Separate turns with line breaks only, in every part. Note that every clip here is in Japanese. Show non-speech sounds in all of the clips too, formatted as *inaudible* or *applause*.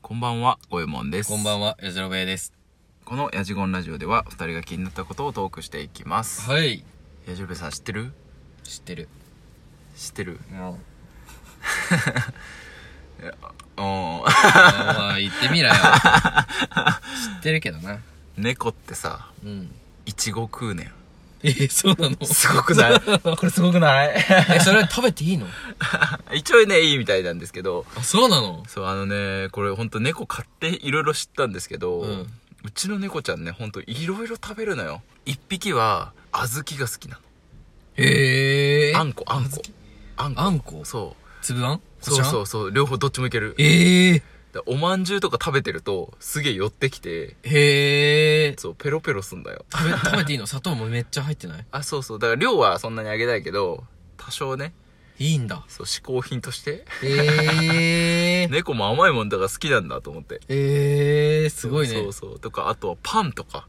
こんばんは、ごえもんです。
こんば
は。
んは、やじろべえです。
このヤジゴンラジオでは、二人が気になったことをトークしていきます。
はい。
ヤジロベさん知ってる
知ってる。
知ってる
もう。
*laughs* うん。
まあ、言ってみ *laughs* ろよ。知ってるけどな。
猫ってさ、
うん。
いちご食うねん。
え、そうなの
すごく *laughs* ないこれすごくない
え、それ食べていいの
*laughs* 一応ね、いいみたいなんですけど、
あ、そうなの
そう、あのね、これほんと猫飼っていろいろ知ったんですけど、
うん
うちの猫ちゃんね、ほんといろいろ食べるのよ。一匹は、小豆が好きなの。
へえ。
あんこ、あんこ。あんこ。
あんこ
そう。
粒あん。
そうそううそう、両方どっちもいける。
ええ。
だおまんじゅうとか食べてると、すげえ寄ってきて、
へえ。
そう、ペロペロすんだよ。
食べ、食べ *laughs* ていいの砂糖もめっちゃ入ってない
あ、そうそう。だから量はそんなにあげないけど、多少ね、
いいんだ。
そう、嗜好品として、
*laughs* ええ。
猫も甘いもんだから好きなんだと思って。
ええ、すごい
そ
ね
う。そう。とか、あとはパンとか。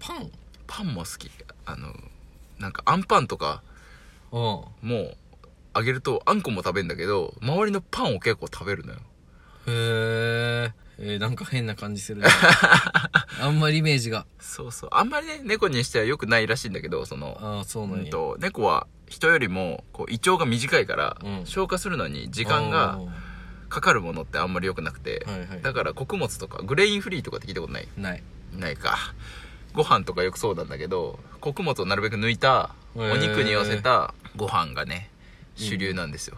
パン
パンも好き。あの、なんか、あんパンとか、
うん。
もう、あげると、あんこも食べるんだけど、周りのパンを結構食べるのよ。
へえ。えー、なんか変な感じす *laughs* るね。あんまりイメージが。
そうそう。あんまりね、猫にしては良くないらしいんだけど、その、
ああ、そうな
うんん
や。
と、猫は人よりも、こう、胃腸が短いから、
うん
消化するのに時間がかかるものってあんまり良くなくて、
はいはい
だから穀物とか、グレインフリーとかって聞いたことない
ない
ないか。ご飯とかよくそうなんだけど、穀物をなるべく抜いた、
へ
お
ー
肉に寄せたご飯がね、主流なんですよ。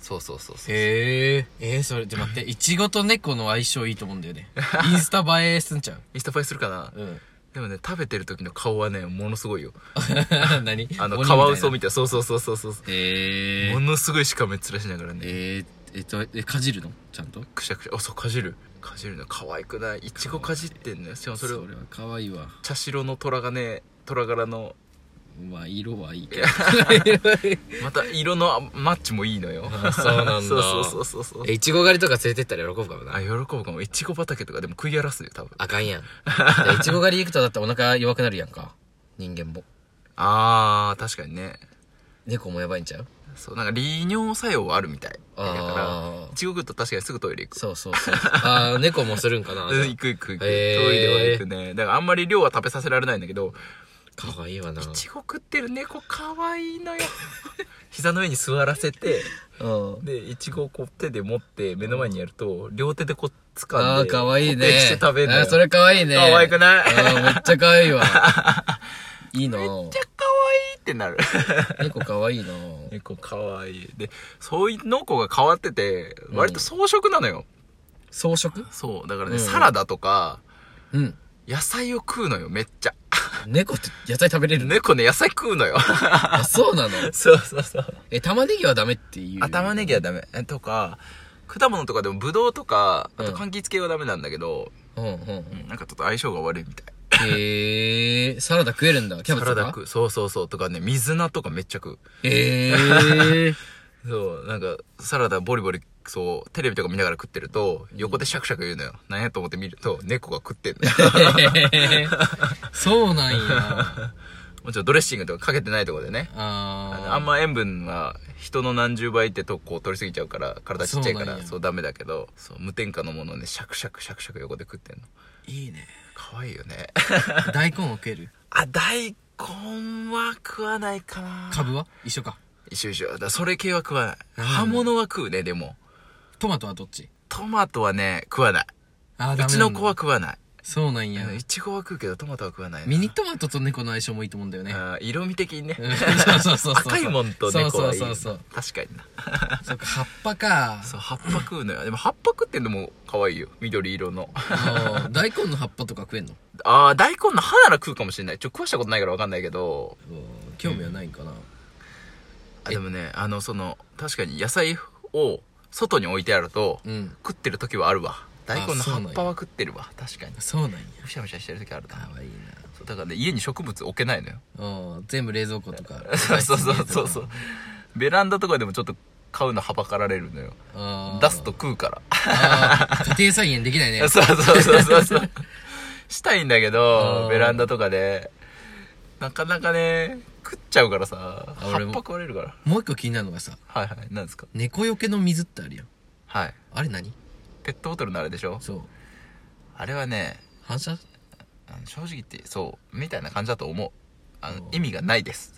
そうそうそうそう。
へええー、それで待っていちごと猫の相性いいと思うんだ
*laughs*
よねインスタ映えすんちゃう
インスタファイするかな
うん *laughs*
でもね、食べてる時の顔はね、ものすごいよ。
何
あの、
鬼み
カワウソみ
た
たい
い
な。そうそうそうそうそう。
なへえ
も
ー、
のすごいしかめっ面しながらね。
えー、えっとえかじるのちゃんと
くしゃくしゃあそうかじるかじるの可愛くないいちごかじってんのよしかもそれを
は可愛いわ
茶白の虎がね虎柄の
まあ色はいいけど
また色のあマッチもいいのよ
あそうなんだ
*laughs* そうそうそうそうそう
*laughs* えいちご狩りとか連れてったら喜ぶかも
あ
な
喜ぶかもいちご畑とかでも食い荒らすよ多分
あかんやんいちご狩り行くとだったらお腹弱くなるやんか人間も
あー確かにね
猫もやばいんちゃう
そうなんか利尿作用はあるみたいだから
あー
いちご食うと確かにすぐトイレ行く
そうそう
*laughs*
そうああ猫もするんかな
うん行く行く行く、
へー
トイレは行くねだからあんまり量は食べさせられないんだけど
可愛いわない
ちご食ってる猫可愛いのよ *laughs* 膝の上に座らせて
うん
でいちごをこう手で持って目の前にやると両手でこう掴んで
ああ、かわいいね。
固定して食べるのよ
あーそれかわいいね。
可愛くない
あーめっちゃかわい
*laughs*
いわ。いいな
めっちゃ可愛いってなる
猫かわいいな
猫可愛いでそういうの子が変わってて割と装飾なのよ、
装飾
そうだからね、
うん
サラダとか
うん。
野菜を食うのよめっち *laughs* ゃ
猫って野菜食べれ
*laughs*
るの
猫ね野菜食うのよ
あ、そうなの
*laughs* そうそうそう
え、玉ねぎはダメっていう。
あ玉ねぎはダメえとか果物とかでもブドウとかあと
うん
柑橘系はダメなんだけど、
うんうんうん。
うんなんかちょっと相性が悪いみたい
へえー、サラダ食えるんだ。キャベツ
サラ
とか
ダ食うそうそうそうとかね水菜とかめっちゃ食う
へえ
*laughs*
ー。
そう、なんか、サラダボリボリ、そう、テレビとか見ながら食ってると、横でシャクシャク言うのよ。なんやと思って見ると、猫が食ってんのよ。
へーそ
*laughs*
うなんや。
もちろんドレッシングとかかけてないとこでね。あ
あ
のあんま塩分は人の何十倍ってとこう取りすぎちゃうから、体ちっちゃいか
そうな
ら、
んや
そうダメだけど、そう、無添加のものをね、シャクシャクシャクシャク横で食ってん
*laughs*
の。
いいね。
可愛いよね。
大根を食える
あ、大根は食わないかな
カブは一緒か。
一緒一緒。だからそれ系は食わない。
うん
葉物は食うね、でも。
トマトはどっち
トマトはね、食わない。
あー、
う
ダメなんだ
ちの子は食わない。
そうなんや。
いちごは食うけどトマトは食わないな
ミニトマトと猫の相性もいいと思うんだよね。
あー色味的にね
うんそうそうそうそう。
赤いもんと猫はいい
そうそうそう
確かにな
そう。そっか、葉っぱか。
そう葉っぱ食うのよでも葉っぱ食ってんのも可愛いよ緑色の *laughs*
あの大根の葉っぱとか食えんの
あー大根の葉なら食うかもしれないちょ食わしたことないから分かんないけど
興味はないんかな。
あでもねあのその確かに野菜を外に置いてあると、
うん。
食ってる時はあるわ大根の
あそう
葉
なんや
っぱは食ってるわ確かに
そうなんや。
むしゃむしゃしてる時あるな
かわいい
そうだからね家に植物置けないのよ
な。うん。全部冷蔵庫とか。
*laughs* そうそうそうそうそう *laughs* ベランダとかでもちょっと買うのはばかられるのよ
あー
出すと。食うから。
あー家庭菜園できないね
*laughs* そうそうそうそう *laughs* そう。したいんだけ
う
ど、
ん
ベランダとかで、なかなかね、食っちゃうからさ、葉
俺
っぱ
も
食われるから。
もう一個気になるのがさ、
はいはい、なんですか
猫よけの水ってあるやん。
はい。
あれ何
ペットボトルのあれでしょ
そう
あれはね、
反射 *laughs*
あの正直言って、そう、みたいな感じだと思う。あの
う、ん
意味がないです。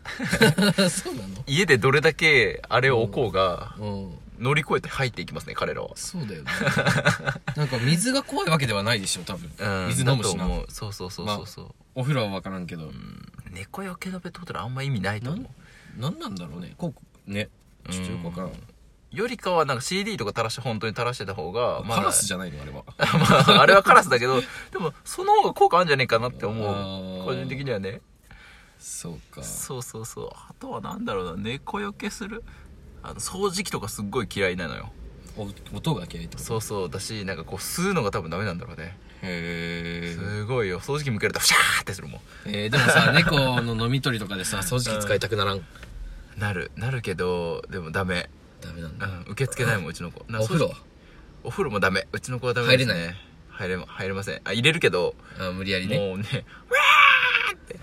そうなの
家でどれだけあれを置こうが、
うん
乗り越えて入っていきますね、彼らは。
そうだよね *laughs* なんか水が怖いわけではないでしょ多分、
うん、
水飲むしな
だと思うそうそうそうそうそう。
お風呂は分からんけ
う
ど、
ん猫よけのペットボトルあんま意味ないと
な
思
ん
う。
なんなんだろうねこうねちょっとよく分からん、
よりかはなんか CD とか垂らして、本当に垂らしてた方が、
カラスじ
ゃん。
ゃないのあれは
*laughs* まあ、あれはカラスだけど、でも、その方が効果あるんじゃねえかなって思
あ
う。
ー
個人的にはね。
そうか
そうそうそう。あとはなんだろうな、猫よけする。あの、掃除機とかすっごい嫌いなのよ。
お音が嫌いってこと
そうそうだしなんかこう吸うのが多分ダメなんだろうね
へー
すごいよ掃除機向けるとフシャーってするも
えー、でもさ *laughs* 猫の飲み取りとかでさ掃除機使いたくならん
んなるなるけどでもダメ、
ダメな
う
んだ
ん、受け付けないもんうちの子な
お風呂
掃除機お風呂もダメうちの子はダメです、ね、
入れない
入れま入れませんあ入れるけど、
あ無理やりね
もうね *laughs*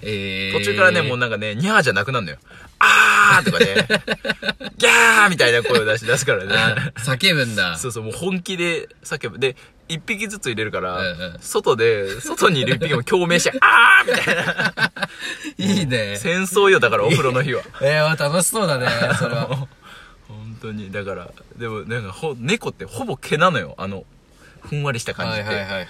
えー、
途中からねもうなんかねニャーじゃなくなるのよあーとか
*laughs*
ねギャーみたいな声を出し出すからね
あ *laughs* 叫ぶんだ
そうそうもう本気で叫ぶで一匹ずつ入れるから、
うんうん
外で外にいる一匹も共鳴
*laughs*
してあーみたいない
いね
戦争よだからお風呂の日は
えー、楽しそうだねそれは
本当にだからでもなんかほ猫ってほぼ毛なのよあのふんわりした感
は
じ
い
って、
はいはいはい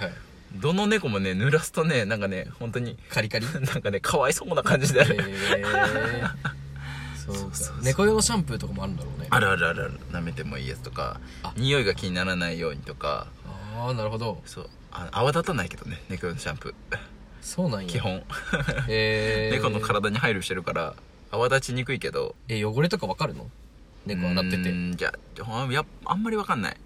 どの猫もね濡らすとねなんかね本当に
カリカリ
なんかねかわいそうな感じである、
えー、そうか猫用のシャンプーとかもあるんだろうね
あるあるあるある舐めてもいいやつとか
あ
匂いが気にならないようにとか
ああなるほど
そうあ泡立たないけどね猫用のシャンプー
そうなんや
基本、
えー、
猫の体に配慮してるから泡立ちにくいけど
え汚れとかわかるの猫洗って
う
て
ーんじゃあやあんまりわかんない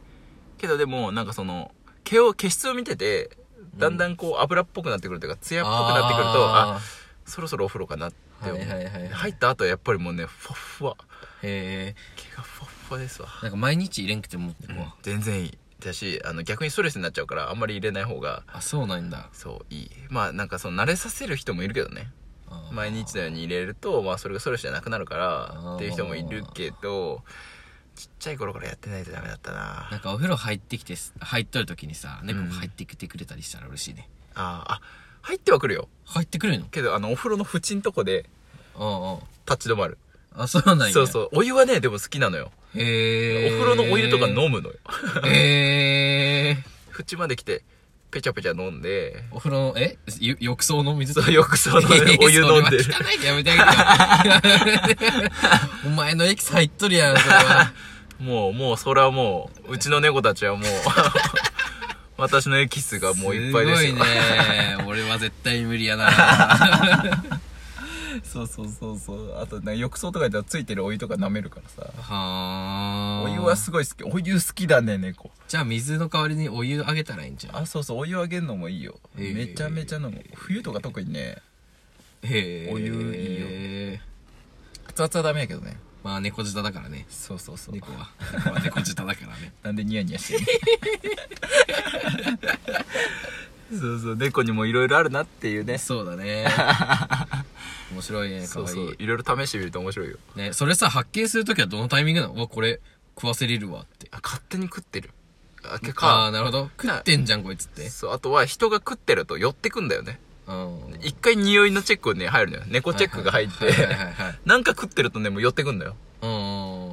けどでもなんかその毛を毛質を見ててだんだんこう油っぽくなってくるというか艶っぽくなってくるとあ
あ
そろそろお風呂かなって思う、
はいはいはいはい
入った後はやっぱりもうねふわっふわ
ーへえ
毛がふわっふわですわ、
なんか毎日入れんくても猫は
全然いいだしあの逆にストレスになっちゃうからあんまり入れない方が
あそうなんだ
そういいまあなんかその慣れさせる人もいるけどね
あー
毎日のように入れると、まあ、それがストレスじゃなくなるから
ー
っていう人もいるけどちっちゃい頃からやってないとダメだったな
なんかお風呂入ってきてす入っとる時にさ猫が入ってきてくれたりしたら嬉しいね、
あーあ入ってはくるよ
入ってくれるの
けどあのお風呂の縁んとこで
あ
立ち止まる
ああそうなんや
そうそうお湯はねでも好きなのよ、
うへえ
お風呂のお湯とか飲むのよ *laughs*
へえ
縁まで来てペチャペチャ飲んで
お風呂のえゆ浴槽の水と
そうよくそのお湯飲んでる
*laughs* それは汚いでやめてあげてよお前のエキス入っとるやんそれは
もうもうそれはもううちの猫たち *laughs* はもう私のエキスがもういっぱいですよ
ご
*laughs*
いね俺は絶対無理やな
そうそうそうそうあとなんか浴槽とかでついてるお湯とか舐めるからさ
は
お湯はすごい好きお湯好きだね猫
じゃあ水の代わりにお湯あげたらいいんじゃん
あそうそうお湯あげるのもいいよ、
えー
めちゃめちゃ飲む冬とか特にね
へえ
お湯い熱々はダメやけどね
まあ猫舌だからね
そうそうそう
猫は猫は猫舌だからね
なんでニヤニヤしてんの *laughs* そうそう猫にもいろいろあるなっていうね
*laughs* そうだね面白いねか
そう
わいい
そういろいろ試してみると面白いよ
ねそれさ発見するときはどのタイミングなのうわこれ食わせれるわって
あ勝手に食ってるあけ
ああ
か
ーなるほど食ってんじゃんこいつって
そうあとは人が食ってると寄ってくんだよね
うん
一回匂いのチェックね入るのよ猫チェックが入って
はいはいはいはい
なんか食ってるとねもう寄ってくんだよ
う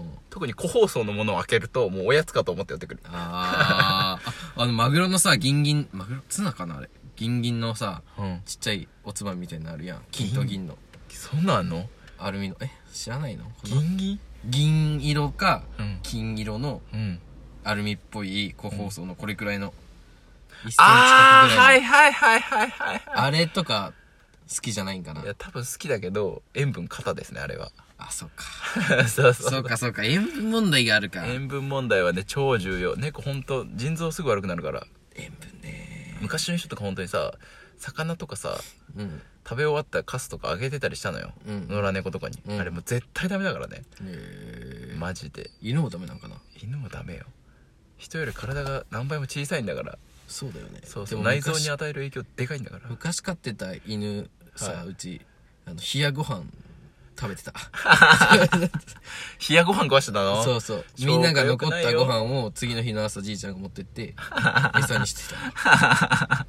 ん
特に個包装のものを開けるともうおやつかと思って寄ってくる
あー *laughs* ああのマグロのさギンギンマグロツナかなあれギンギンのさ
うん
ちっちゃいおつまみみたいなのあるやん金と銀の
そんなんあんの
アルミのえ知らないの
銀銀
銀色か
うん
金色の
うん
アルミっぽい個包装のこれくらいの1センチ
ああ
角ぐ
は
らい
い
の
はいはいはいはいはい
あれとか好きじゃないんかない
や、多分好きだけど、塩分過多ですね、あれは。
あそう
*laughs*
か
そうそう。
そうかそうか塩分問題があるか
塩分問題はね、超重要。猫ほんと、腎臓すぐ悪くなるから。
塩分ね
昔の人とか本当にさ、魚とかさ、
うん
食べ終わったカスとかあげてたりしたのよ。
うん
野良猫とかに。
うん
あれもう絶対ダメだからね。
え
マジで。
犬もダメなんかな
犬もダメよ。人より体が何倍も小さいんだから。
そうだよね
そう
で
そう。
も
内臓
昔
に与える影響でかいんだから。
昔飼ってた犬さ、
はいう
ちあの冷やご飯食べてた。
冷やご飯壊してたの
*laughs* そうそう。
消化
みんなが残
良
っ
くない
た
よ
ご飯を次の日の朝じいちゃんが持ってって、餌にしてた。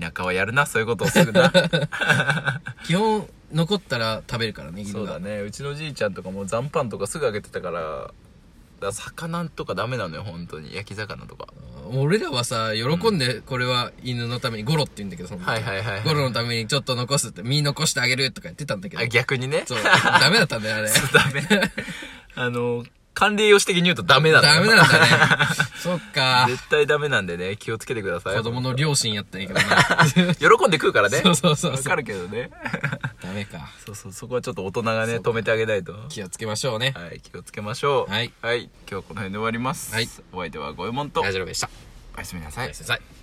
田舎はやるな、そういうことをする
*laughs*
な。
基本、残ったら食べるからね、
そ
犬
うだ
が。
ね。うちのじいちゃんとかも残飯とかすぐあげてたから、だから魚とかダメなのよ、本当に。焼き魚とか。
俺らはさ、喜んで、これは犬のために、ゴロって言うんだけど、その
はいはいはいはい
ゴロのためにちょっと残すって、身残してあげるとか言ってたんだけど
あ、。逆にね。
そう。ダメだったんだよ、あれ。
*laughs* ダメ。あの、管理栄養士的に言うとダメなんだ
ダ
よ
メなんだね。そっか。
絶対ダメなんでね、気をつけてください。
子供の両親やったらいいけどな。
喜んで食うからね。
*laughs* そうそうそう
わ
そう
かるけどね。
ダメか。
そうそう、そこはちょっと大人がね、止めてあげないと。
気をつけましょうね。
はい、気をつけましょう。
はい
はい、今日はこの辺で終わります。
はい
お相手は五右衛門と、
大丈夫でした。
おやすみなさ
はいい、。先生。